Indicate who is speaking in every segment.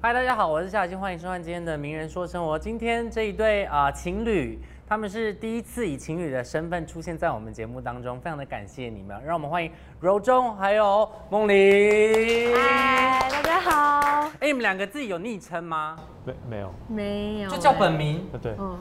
Speaker 1: 嗨，大家好，我是夏欣，欢迎收看今天的《名人说生活》。今天这一对啊、呃情侣，他们是第一次以情侣的身份出现在我们节目当中，非常的感谢你们，让我们欢迎柔中还有梦玲。哎、
Speaker 2: 嗨，大家好。
Speaker 1: 你们两个自己有昵称吗？
Speaker 3: 没没有，
Speaker 2: 没有，啊哎
Speaker 1: 就叫本。名，
Speaker 3: 呃
Speaker 4: 哦
Speaker 3: 对
Speaker 2: 嗯，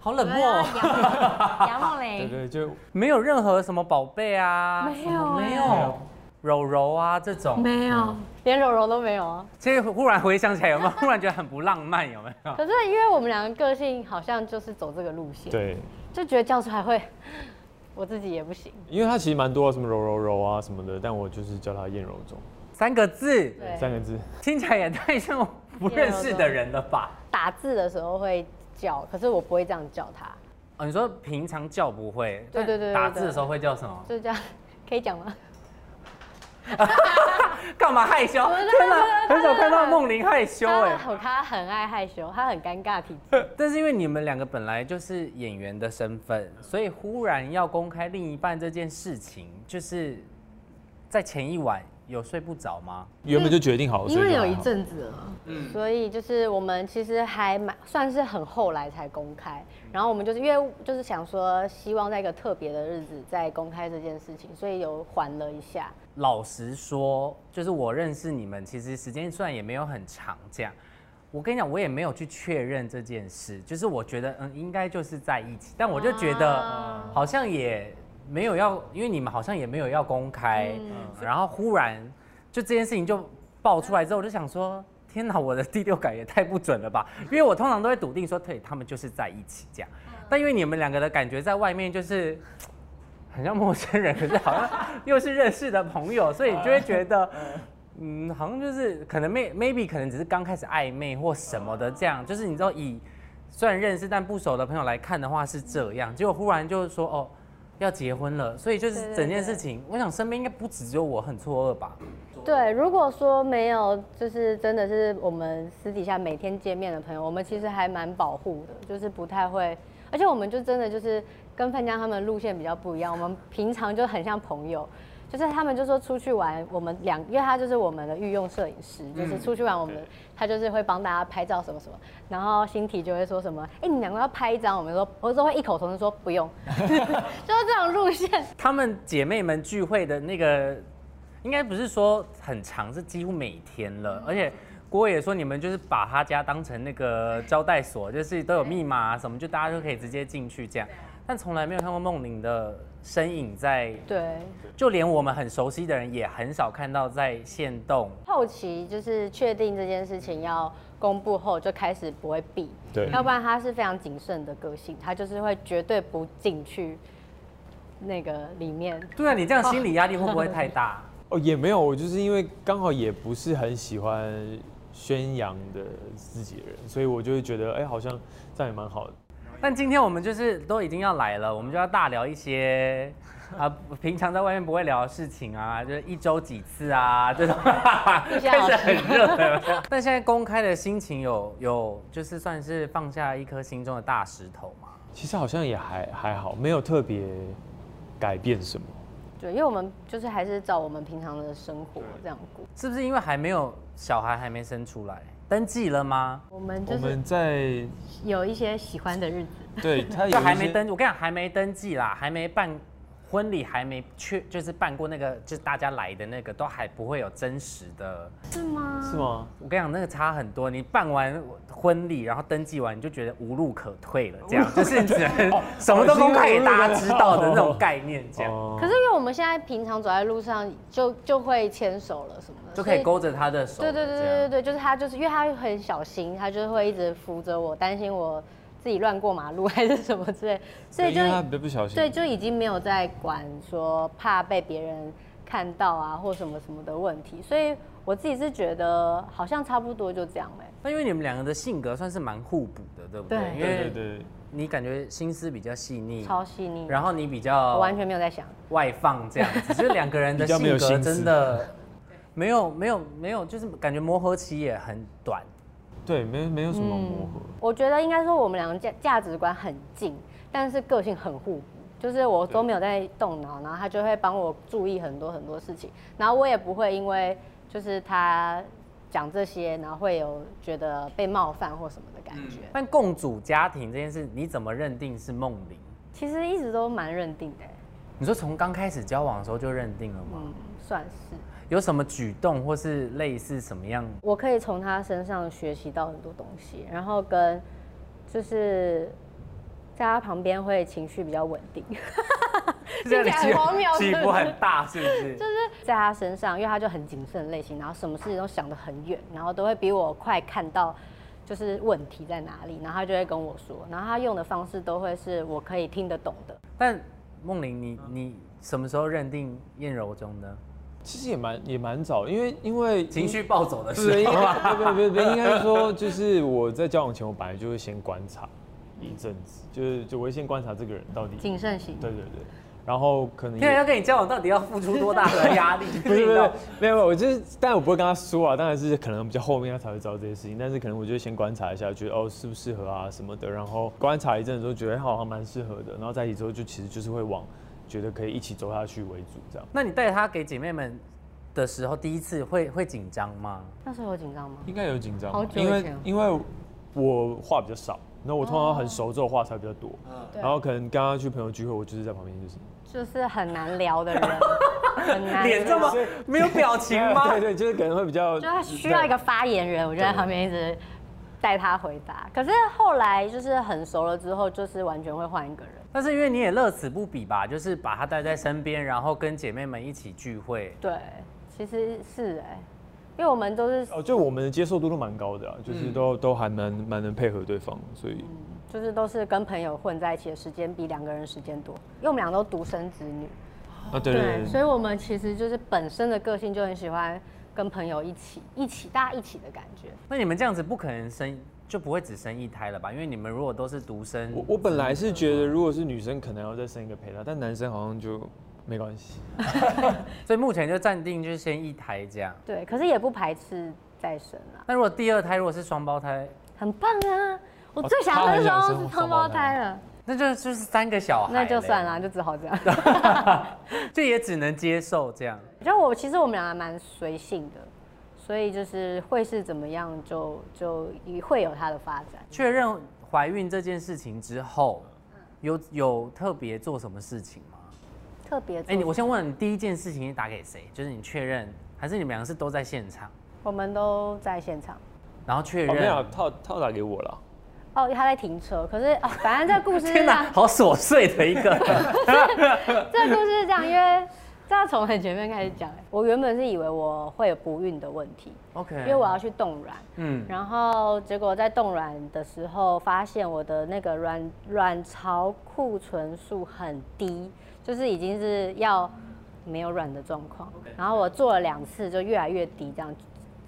Speaker 1: 好冷漠哦、
Speaker 2: 啊杨杨梦
Speaker 3: 对
Speaker 2: 蕾，
Speaker 3: 对，就
Speaker 1: 没有任何什么宝贝啊，
Speaker 2: 没
Speaker 1: 什
Speaker 2: 有
Speaker 1: 么没
Speaker 2: 没
Speaker 1: 有
Speaker 3: 有，
Speaker 1: 柔柔啊这种。
Speaker 2: 没有。
Speaker 4: 连柔柔都没有啊。
Speaker 1: 其实忽然回想起来，有没有忽然觉得很不浪漫？有没有？
Speaker 4: 可是因为我们两个个性好像就是走这个路线，，
Speaker 3: 对，
Speaker 4: 就觉得叫出来会， 我自己也不行。
Speaker 3: 因为它其实蛮多什么柔柔柔啊什么的，但我就是叫它燕柔中，
Speaker 1: 三个字，
Speaker 4: 对，
Speaker 3: 三个字。
Speaker 1: 听起来也太像我不认识的人了吧？
Speaker 4: 打字的时候会叫，可是我不会这样叫他，
Speaker 1: 哦，你说平常叫不会，
Speaker 4: 对对对对
Speaker 1: 打字的时候会叫什么？
Speaker 4: 就这样，可以讲吗？
Speaker 1: 干嘛害羞？天哪，很少看到梦玲害羞哎。
Speaker 4: 他他很爱害羞，他很尴尬体质。
Speaker 1: 但是因为你们两个本来就是演员的身份，所以忽然要公开另一半这件事情，就是在前一晚有睡不着吗？
Speaker 3: 原本就决定好了，
Speaker 2: 因
Speaker 3: 所以
Speaker 2: 为
Speaker 3: 就
Speaker 2: 有一
Speaker 3: 还好，
Speaker 2: 阵子了，
Speaker 4: 所以就是我们其实还蛮算是很后来才公开，然后我们就是因为就是想说希望在一个特别的日子再公开这件事情，所以有缓了一下。
Speaker 1: 老实说，就是我认识你们，其实时间虽然也没有很长，这样。我跟你讲，我也没有去确认这件事，就是我觉得，嗯，应该就是在一起，但我就觉得、
Speaker 4: 啊
Speaker 1: 好像也没有要，因为你们好像也没有要公开，然后忽然就这件事情就爆出来之后，我就想说，天哪，我的第六感也太不准了吧？因为我通常都会笃定说，对，他们就是在一起这样，
Speaker 4: 嗯
Speaker 1: 但因为你们两个的感觉在外面就是。很像陌生人，可是 好像又是认识的朋友，所以你就会觉得，嗯，好像就是可能 may maybe 可能只是刚开始暧昧或什么的这样，就是你知道以虽然认识但不熟的朋友来看的话是这样，结果忽然就说哦要结婚了，所以就
Speaker 4: 对
Speaker 1: 是
Speaker 4: 对
Speaker 1: 整件事情，我想身边应该不止只有我很错愕吧，
Speaker 4: 对，如果说没有，就是真的是我们私底下每天见面的朋友，我们其实还蛮保护的，就是不太会，而且我们就真的就是跟范江他们路线比较不一样，我们平常就很像朋友。就是他们就说出去玩，我们两，因为他就是我们的御用摄影师，就是出去玩，我们、他就是会帮大家拍照什么什么，然后新体就会说什么，哎、你们两个要拍一张，我们说，我都会异口同声说不用，就是这种路线，
Speaker 1: 她们姐妹们聚会的那个，应该不是说很长，是几乎每天了。而且郭伟也说，你们就是把他家当成那个招待所，就是都有密码、啊、什么，就大家就可以直接进去这样。但从来没有看过梦玲的身影在，
Speaker 4: 对，
Speaker 1: 就连我们很熟悉的人也很少看到在现动。
Speaker 4: 后期就是确定这件事情要公布后，就开始不会避，
Speaker 3: 对
Speaker 4: 要不然他是非常谨慎的个性，他就是会绝对不进去那个里面。
Speaker 1: 对啊，你这样心理压力会不会太 大？
Speaker 3: 哦也没有，我就是因为刚好也不是很喜欢宣扬的自己的人，所以我就会觉得哎、好像这样也蛮好的。
Speaker 1: 但今天我们就是都已经要来了，我们就要大聊一些啊、平常在外面不会聊的事情啊，就是一周几次啊这种，开
Speaker 4: 下老
Speaker 1: 始
Speaker 4: 师
Speaker 1: 很热了。但现在公开的心情有有，就是算是放下一颗心中的大石头嘛。
Speaker 3: 其实好像也还还好，没有特别改变什么。
Speaker 4: 对，因为我们就是还是照我们平常的生活这样过。
Speaker 1: 是不是因为还没有小孩还没生出来，登记了吗？
Speaker 4: 我们就
Speaker 3: 我
Speaker 4: 是
Speaker 3: 们在
Speaker 4: 有一些喜欢的日子，
Speaker 3: 对他
Speaker 1: 就还没登，我跟你讲还没登记啦，还没办婚礼，还没去就是办过那个就是大家来的那个都还不会有真实的。
Speaker 4: 是吗？
Speaker 3: 是吗？
Speaker 1: 我跟你讲，那个差很多。你办完婚礼，然后登记完，你就觉得无路可退了，这样 就是你只
Speaker 3: 哦
Speaker 1: 能 什么都公开给大家知道的那种概念，这样
Speaker 3: 哦
Speaker 4: 可是因为我们现在平常走在路上就就会牵手了什么的，
Speaker 1: 就可
Speaker 4: 所
Speaker 1: 以勾着他的手。
Speaker 4: 对对对
Speaker 1: 这
Speaker 4: 对
Speaker 1: 样
Speaker 4: 对对，就是他，就是因为他很小心，他就会一直扶着我，担心我自己乱过马路 还是什么之类，所以就
Speaker 3: 因为他不小心，
Speaker 4: 对就已经没有在管说怕被别人看到啊或什么什么的问题，所以我自己是觉得好像差不多就这样嘞、
Speaker 1: 那因为你们两个的性格算是蛮互补的，对不对？
Speaker 4: 对
Speaker 1: 因
Speaker 3: 对对
Speaker 1: 为
Speaker 3: 对，
Speaker 1: 你感觉心思比较细腻，
Speaker 4: 超细腻，
Speaker 1: 嗯然后你比
Speaker 4: 我
Speaker 1: 较
Speaker 4: 完全没有在想，
Speaker 1: 外放，这样 子，就是两个人的
Speaker 3: 比较没
Speaker 1: 性
Speaker 3: 有
Speaker 1: 格
Speaker 3: 心思
Speaker 1: 真的没有没有没有，就是感觉磨合期也很短。
Speaker 3: 对没没有什
Speaker 4: 嗯
Speaker 3: 么磨合。
Speaker 4: 我觉得应该说我们两个价价值观很近，但是个性很互补。就是我都没有在动脑，然后他就会帮我注意很多很多事情，然后我也不会因为就是他讲这些，然后会有觉得被冒犯或什么的感觉。
Speaker 1: 但共组家庭这件事，你怎么认定是梦玲？
Speaker 4: 其实一直都蛮认定的欸，
Speaker 1: 你说从刚开始交往的时候就认定了吗？
Speaker 4: 嗯，算是。
Speaker 1: 有什么举动或是类似什么样？
Speaker 4: 我可以从他身上学习到很多东西，然后跟就是在他旁边会情绪比较稳定， 听起来很荒谬
Speaker 1: 起
Speaker 4: 是不是
Speaker 1: 伏很大，是不是？
Speaker 4: 就是在他身上，因为他就很谨慎类型，然后什么事情都想得很远，然后都会比我快看到就是问题在哪里，然后他就会跟我说，然后他用的方式都会是我可以听得懂的。
Speaker 1: 但梦玲，你你什么时候认定燕柔中呢？
Speaker 3: 其实也蛮也蛮早，因为因为
Speaker 1: 嗯情绪暴走的
Speaker 3: 不
Speaker 1: 时
Speaker 3: 是，
Speaker 1: 候，
Speaker 3: 应该不不不不，应该是说就是我在交往前，我本来就会先观察一阵子，就是就我会先观察这个人到底，
Speaker 4: 谨慎型，
Speaker 3: 对对对，然后可
Speaker 4: 嗯
Speaker 3: 能也
Speaker 1: 天啊，要跟你交往到底要付出多大的压 力？
Speaker 3: 不是不是，没有没有，我就是，但我不会跟他说啊，当然是可能比较后面他才会知道这些事情，但是可能我就会先观察一下，觉得哦适不适合啊什么的，然后观察一阵子之后觉得哎好像蛮适合的，然后在一起之后就其实就是会往觉得可以一起走下去为主这样。
Speaker 1: 那你带她给姐妹们的时候，第一次会会紧张吗？
Speaker 4: 那时候有紧张吗？
Speaker 3: 应该有紧张吧，
Speaker 4: 好久以
Speaker 3: 因为
Speaker 4: 前
Speaker 3: 因为我话比较少，那我通常很熟之后话才比较多，然后可能刚刚去朋友聚会，我就是在旁边就是
Speaker 4: 就是很难聊的人，很难
Speaker 1: 脸这么
Speaker 4: 聊
Speaker 1: 没有表情吗
Speaker 3: 对？对，就是可能会比较
Speaker 4: 就他需要一个发言人，我就在旁边一直带他回答。可是后来就是很熟了之后，就是完全会换一个人。
Speaker 1: 但是因为你也乐此不彼吧，就是把她带在身边，然后跟姐妹们一起聚会。
Speaker 4: 对，其实是哎、因为我们都是
Speaker 3: 哦，就我们的接受度都蛮高的
Speaker 4: 嗯
Speaker 3: 啊，就是都、都还蛮蛮能配合对方，所以
Speaker 4: 就是都是跟朋友混在一起的时间比两个人时间多，因为我们俩都独生子女。
Speaker 3: 啊对对对
Speaker 4: 哦所以我们其实就是本身的个性就很喜欢跟朋友一起一起大家一起的感觉。
Speaker 1: 那你们这样子不可能生，就不会只生一胎了吧？因为你们如果都是独生，
Speaker 3: 我我本来是觉得，如果是女生，可能要再生一个陪她，但男生好像就没关系。
Speaker 1: 所以目前就暂定就是先一胎这样。
Speaker 4: 对，可是也不排斥再生啦，
Speaker 1: 那如果第二胎如果是双胞胎，
Speaker 4: 很棒啊！我
Speaker 3: 哦
Speaker 4: 最想
Speaker 3: 他
Speaker 4: 要的
Speaker 3: 很
Speaker 4: 时
Speaker 3: 想
Speaker 4: 候
Speaker 3: 生
Speaker 4: 是
Speaker 3: 双
Speaker 4: 双
Speaker 3: 胞
Speaker 4: 胞
Speaker 3: 胎
Speaker 4: 胎了，
Speaker 1: 那就就是三个小孩，
Speaker 4: 那就算，啦，就只好这样。
Speaker 1: 就也只能接受这样。
Speaker 4: 就我其实我们俩还蛮随性的，所以就是会是怎么样就就会有它的发展。
Speaker 1: 确认怀孕这件事情之后，有有特别做什么事情吗？
Speaker 4: 特别
Speaker 1: 哎、你
Speaker 4: 做
Speaker 1: 我先问你，第一件事情你打给谁？就是你确认，还是你们两个是都在现场，
Speaker 4: 我们都在现场。
Speaker 1: 然后确
Speaker 3: 哦，没
Speaker 1: 认？
Speaker 3: 有，套套打给我了。
Speaker 4: 哦，他在停车，可是哦，反正这个故事是
Speaker 1: 天
Speaker 4: 这样
Speaker 1: 哪，，好琐碎的一个。
Speaker 4: 这个故事是这样，因为这要从很前面开始讲。我原本是以为我会有不孕的问题，
Speaker 1: OK，
Speaker 4: 因为我要去冻卵，
Speaker 1: 嗯，
Speaker 4: 然后结果在冻卵的时候，发现我的那个卵卵巢库存数很低，就是已经是要没有卵的状况。然后我做了两次，就越来越低，这样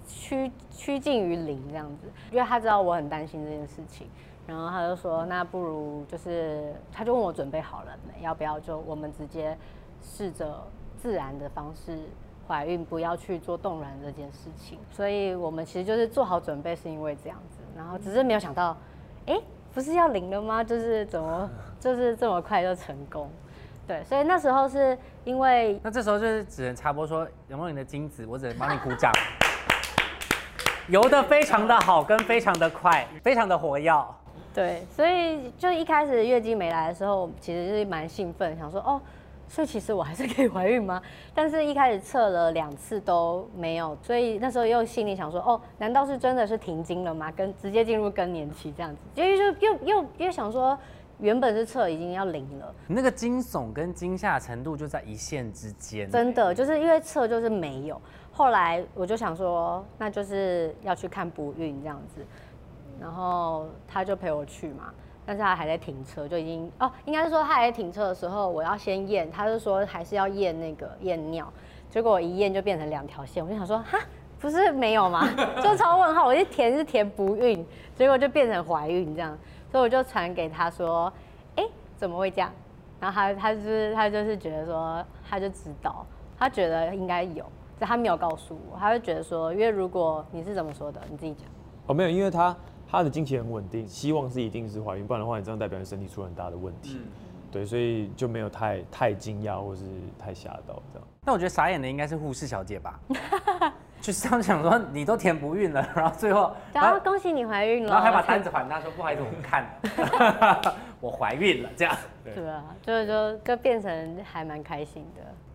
Speaker 4: 趋趋近于零这样子。因为他知道我很担心这件事情，然后他就说，那不如就是，他就问我准备好了没，要不要就我们直接试着自然的方式怀孕，不要去做冻卵这件事情。所以我们其实就是做好准备，是因为这样子，然后只是没有想到，哎，不是要零了吗？就是怎么就是这么快就成功。对，所以那时候是因为
Speaker 1: 那这时候就是只能插播说，有没有你的精子？我只能帮你鼓掌。游得非常的好，跟非常的快，非常的活跃。
Speaker 4: 对，所以就一开始月经没来的时候，其实是蛮兴奋，想说哦，所以其实我还是可以怀孕吗？但是一开始测了两次都没有，所以那时候又心里想说哦，难道是真的是停经了吗？跟直接进入更年期这样子，就就又又又想说，原本是测已经要零了，
Speaker 1: 你那个惊悚跟惊吓程度就在一线之间。
Speaker 4: 真的就是因为测就是没有。后来我就想说，那就是要去看不孕这样子，然后他就陪我去嘛。但是他还在停车，就已经哦，应该是说他还在停车的时候，我要先验，他就说还是要验那个验尿，结果我一验就变成两条线，我就想说哈，不是没有吗？ 就超问号，我一填是填不孕，结果就变成怀孕这样，所以我就传给他说，哎、怎么会这样？然后他他就是他就是觉得说，他就知道，他觉得应该有，但他没有告诉我，他就觉得说，因为如果你是怎么说的，你自己讲。
Speaker 3: 哦，没有，因为她她的经期很稳定，希望是一定是怀孕，不然的话你这样代表你身体出了很大的问题。
Speaker 1: 嗯
Speaker 3: 对，所以就没有太太惊讶或是太吓到这样。
Speaker 1: 那我觉得傻眼的应该是护士小姐吧，就是他们想说你都填不孕了，然后最后，
Speaker 4: 然后啊恭喜你怀孕了，
Speaker 1: 然后还把单子还他说不好意思，我不看了， 我怀孕了这样。
Speaker 4: 对啊，就就就变成还蛮开心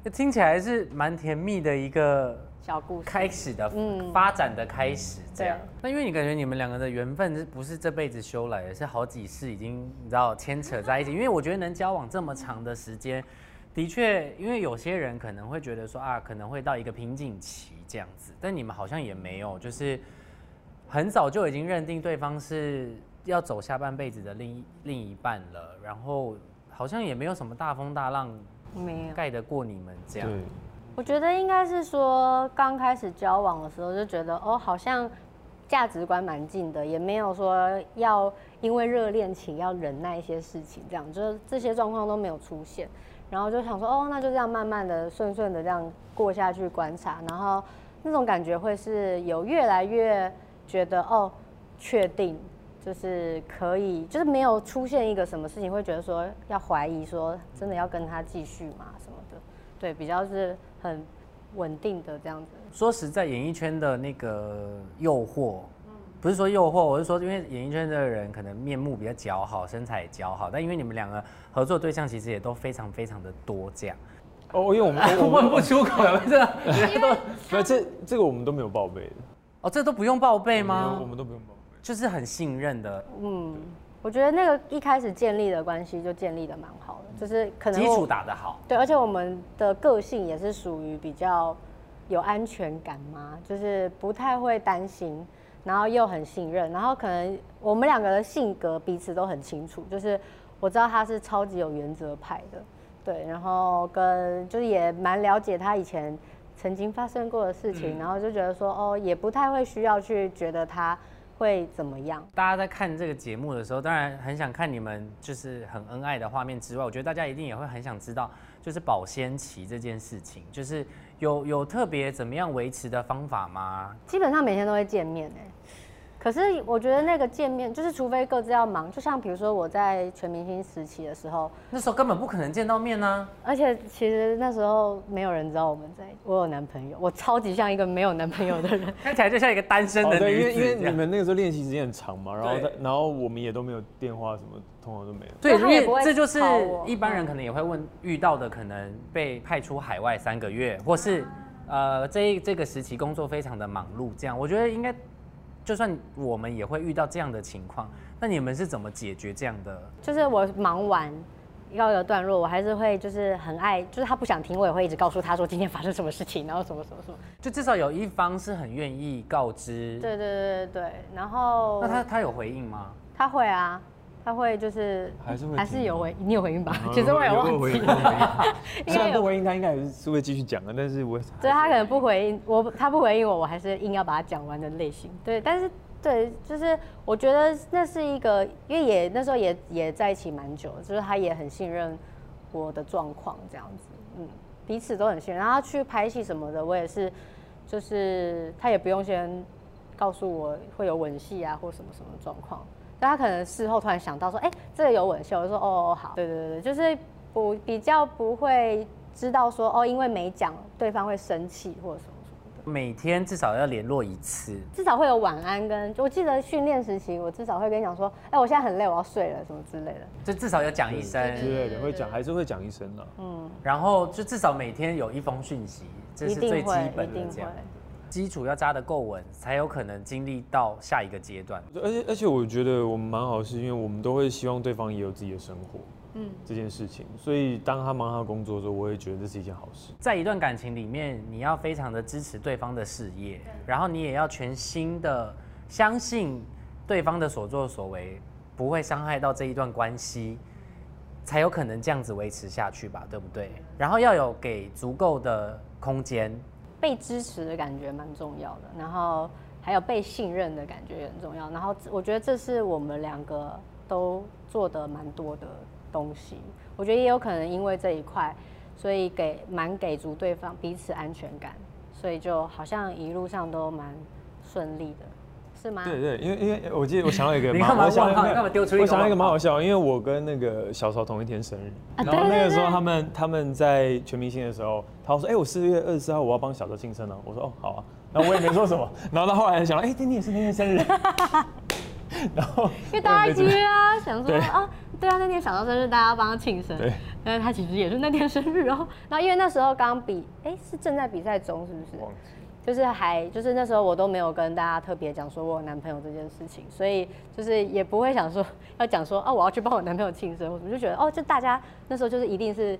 Speaker 4: 的
Speaker 1: 听起来是蛮甜蜜的一个
Speaker 4: 小故事。
Speaker 1: 开始的，
Speaker 4: 嗯
Speaker 1: 发展的开始这样
Speaker 4: 对。
Speaker 1: 那因为你感觉你们两个的缘分是不是这辈子修来的，是好几世已经你知道牵扯在一起。因为我觉得能交往这么长的时间，的确，因为有些人可能会觉得说啊，可能会到一个瓶颈期这样子，但你们好像也没有，就是很早就已经认定对方是要走下半辈子的另一另一半了，然后好像也没有什么大风大浪
Speaker 4: 没有，
Speaker 1: 盖得过你们这样。
Speaker 3: 对，
Speaker 4: 我觉得应该是说刚开始交往的时候就觉得哦，好像价值观蛮近的，也没有说要因为热恋期要忍耐一些事情，这样就是这些状况都没有出现。然后就想说哦，那就这样慢慢的、顺顺的这样过下去观察，然后那种感觉会是有越来越觉得哦，确定就是可以，就是没有出现一个什么事情会觉得说要怀疑说真的要跟他继续吗什么的。对，比较是很稳定的这样子。
Speaker 1: 说实在，演艺圈的那个诱惑，不是说诱惑，我是说，因为演艺圈的人可能面目比较姣好，身材也姣好，但因为你们两个合作对象其实也都非常非常的多，这样
Speaker 3: 哦，因为我们 我我
Speaker 1: 问
Speaker 3: 们
Speaker 1: 不出口，这个
Speaker 3: 没有这这个我们都没有报备的，
Speaker 1: 哦，这都不用报备
Speaker 3: 我
Speaker 1: 吗
Speaker 3: 们我？们都不用报备。
Speaker 1: 就是很信任的
Speaker 4: 嗯，我觉得那个一开始建立的关系就建立的蛮好的，就是可能
Speaker 1: 基
Speaker 4: 我
Speaker 1: 础打得好，
Speaker 4: 对，而且我们的个性也是属于比较有安全感嘛，就是不太会担心，然后又很信任，然后可能我们两个的性格彼此都很清楚，就是我知道他是超级有原则派的，对，然后跟就是也蛮了解他以前曾经发生过的事情，然后就觉得说哦，也不太会需要去觉得他会怎么样。
Speaker 1: 大家在看这个节目的时候，当然很想看你们就是很恩爱的画面之外，我觉得大家一定也会很想知道，就是保鲜期这件事情，就是有有特别怎么样维持的方法吗？
Speaker 4: 基本上每天都会见面哎、可是我觉得那个见面，就是除非各自要忙，就像比如说我在全明星时期的时候，
Speaker 1: 那时候根本不可能见到面啊呢、
Speaker 4: 而且其实那时候没有人知道我们在，我有男朋友，我超级像一个没有男朋友的人。
Speaker 1: 看起来就像一个单身
Speaker 3: 哦，
Speaker 1: 的
Speaker 3: 对，因为
Speaker 1: 女子
Speaker 3: 因为
Speaker 1: 这
Speaker 3: 你
Speaker 1: 样。
Speaker 3: 们那个时候练习时间很长嘛，然后
Speaker 1: 对
Speaker 3: 他然后我们也都没有电话什么，通常都没有。
Speaker 1: 对，因
Speaker 4: 所以他也
Speaker 1: 为
Speaker 4: 不会
Speaker 1: 这就是
Speaker 4: 吵我
Speaker 1: 一般人可能也会问遇到的，可能被派出海外三个月，或是呃这一这个时期工作非常的忙碌，这样我觉得应该就算我们也会遇到这样的情况。那你们是怎么解决这样的？
Speaker 4: 就是我忙完要有段落，我还是会就是很爱，就是他不想听，我也会一直告诉他说今天发生什么事情，然后什么什么什么。
Speaker 1: 就至少有一方是很愿意告知。
Speaker 4: 对对对对对，然后
Speaker 1: 那他他有回应吗？
Speaker 4: 他会啊，他会就是
Speaker 3: 还是会
Speaker 4: 还是
Speaker 3: 听
Speaker 4: 有
Speaker 3: 的
Speaker 4: 回，你有回应吧？
Speaker 3: 嗯
Speaker 4: 其实我也
Speaker 3: 有
Speaker 4: 忘
Speaker 3: 回
Speaker 4: 记
Speaker 3: 应
Speaker 4: 了， 应
Speaker 3: 虽
Speaker 4: 该
Speaker 3: 然
Speaker 4: 有
Speaker 3: 不回应，他应该也是会继续讲的，啊但是我
Speaker 4: 对他可能不回应我，他不回应我，我还是硬要把它讲完的类型。对，但是对，就是我觉得那是一个，因为也那时候也也在一起蛮久的，就是他也很信任我的状况这样子，嗯，彼此都很信任。然后他去拍戏什么的，我也是，就是他也不用先告诉我会有吻戏啊或什么什么状况，但他可能事后突然想到说，哎、这个有吻戏，我就说哦哦好，对对对，对就是不比较不会知道说哦，因为没讲对方会生气或者什么什么的，
Speaker 1: 每天至少要联络一次。
Speaker 4: 至少会有晚安跟，我记得训练时期，我至少会跟你讲说，哎、我现在很累，我要睡了什么之类的，
Speaker 1: 就至少有讲一声，
Speaker 3: 之类的会讲，还是会讲一声的。
Speaker 1: 然后就至少每天有一封讯息，这
Speaker 4: 一
Speaker 1: 是
Speaker 4: 定
Speaker 1: 最基
Speaker 4: 会，一
Speaker 1: 本的
Speaker 4: 定
Speaker 1: 这
Speaker 4: 会
Speaker 1: 样。。基础要扎得够稳，才有可能经历到下一个阶段。
Speaker 3: 而且而且我觉得我们蛮好，是因为我们都会希望对方也有自己的生活，嗯，这件事情。所以当他忙他的工作的时候，我也觉得这是一件好事。
Speaker 1: 在一段感情里面，你要非常的支持对方的事业，然后你也要全心的相信对方的所作所为不会伤害到这一段关系，才有可能这样子维持下去吧，对不对？然后要有给足够的空间，
Speaker 4: 被支持的感觉蛮重要的，然后还有被信任的感觉也很重要。然后这我觉得这是我们两个都做的蛮多的东西。我觉得也有可能因为这一块，所以给蛮给足对方彼此安全感，所以就好像一路上都蛮顺利的，是吗？
Speaker 3: 对对，因为因为我记得我想到一个
Speaker 1: 你
Speaker 3: 蛮，
Speaker 1: 干嘛
Speaker 3: 我想
Speaker 1: 问
Speaker 3: 到一个
Speaker 1: 号你干嘛丢出一个
Speaker 3: 我想到一个
Speaker 1: 问
Speaker 3: 蛮
Speaker 1: 号
Speaker 3: 好笑，因为我跟那个小曹同一天生日，
Speaker 4: 啊
Speaker 3: 然后
Speaker 4: 对
Speaker 3: 那个
Speaker 4: 对
Speaker 3: 时候
Speaker 4: 对
Speaker 3: 他们他们在全明星的时候，他说：“哎，我四月二十四号我要帮小曹庆生啊。”我说：“哦，好啊。”然后我也没做什么，然后到后来想到，哎、今天也是那天生日， 然后
Speaker 4: 因为大家一起
Speaker 3: 我也没
Speaker 4: 约啊，想说
Speaker 3: 对
Speaker 4: 啊，对啊，那天想到生日，大家要帮他庆生。
Speaker 3: 对，
Speaker 4: 但 是他其实也是那天生日哦。然后因为那时候刚比，哎，是正在比赛中，是不
Speaker 3: 做
Speaker 4: 是
Speaker 3: 忘？记
Speaker 4: 就是还就是那时候我都没有跟大家特别讲说我有男朋友这件事情，所以就是也不会想说 要讲说啊我要去帮我男朋友庆生，我就觉得哦，就大家那时候就是一定是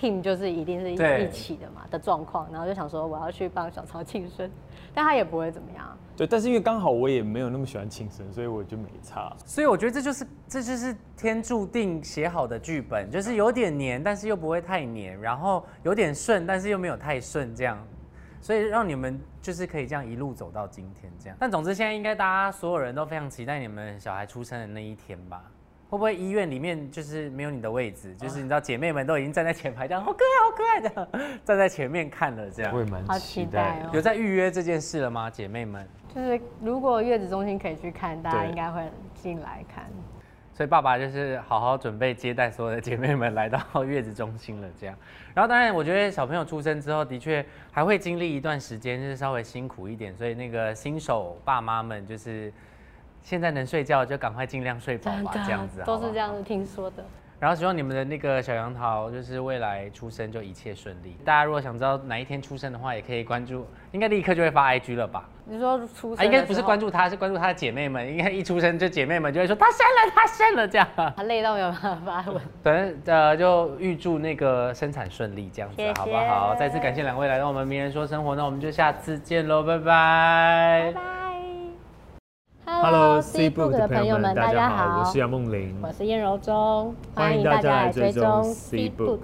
Speaker 4: team 就是一定是
Speaker 1: 对
Speaker 4: 一一起的嘛的状况，然后就想说我要去帮小曹庆生，但他也不会怎么样啊。
Speaker 3: 对，但是因为刚好我也没有那么喜欢庆生，所以我就没差。
Speaker 1: 所以我觉得这就是这就是天注定写好的剧本，就是有点黏，但是又不会太黏，然后有点顺，但是又没有太顺，这样，所以让你们就是可以这样一路走到今天这样。但总之现在应该大家所有人都非常期待你们小孩出生的那一天吧。会不会医院里面就是没有你的位置？就是你知道姐妹们都已经站在前排，这样好可爱，好可爱的站在前面看了这样
Speaker 3: 我。也蛮
Speaker 4: 好期
Speaker 3: 期
Speaker 4: 待
Speaker 3: 待
Speaker 4: 哦
Speaker 3: 的。
Speaker 1: 有在预约这件事了吗，姐妹们？
Speaker 4: 就是如果月子中心可以去看，大家
Speaker 3: 对
Speaker 4: 应该会进来看。
Speaker 1: 所以爸爸就是好好准备接待所有的姐妹们来到月子中心了，这样。然后当然，我觉得小朋友出生之后，的确还会经历一段时间，就是稍微辛苦一点。所以那个新手爸妈们，就是现在能睡觉就赶快尽量睡饱吧，这样子
Speaker 4: 啊都是这。
Speaker 1: 好
Speaker 4: 样
Speaker 1: 不好
Speaker 4: 子听说的。
Speaker 1: 然后希望你们的那个小杨桃，就是未来出生就一切顺利。大家如果想知道哪一天出生的话，也可以关注，应该立刻就会发 IG 了吧？
Speaker 4: 你说出生的时候、
Speaker 1: 啊，应该不是关注他，是关注他的姐妹们。应该一出生就姐妹们就会说他生了，他生了这样。
Speaker 4: 他累到没有办法发文。
Speaker 1: 反正呃，就预祝那个生产顺利，这样子
Speaker 4: 谢谢
Speaker 1: 好不好？再次感谢两位来到我们《名人说生活》，那我们就下次见喽，拜拜。
Speaker 4: 拜。
Speaker 3: Hello C
Speaker 4: C
Speaker 3: Book 的朋友们，大家好，我是杨梦玲，
Speaker 4: 我是燕柔中，
Speaker 3: 欢迎大家来追踪 C Book。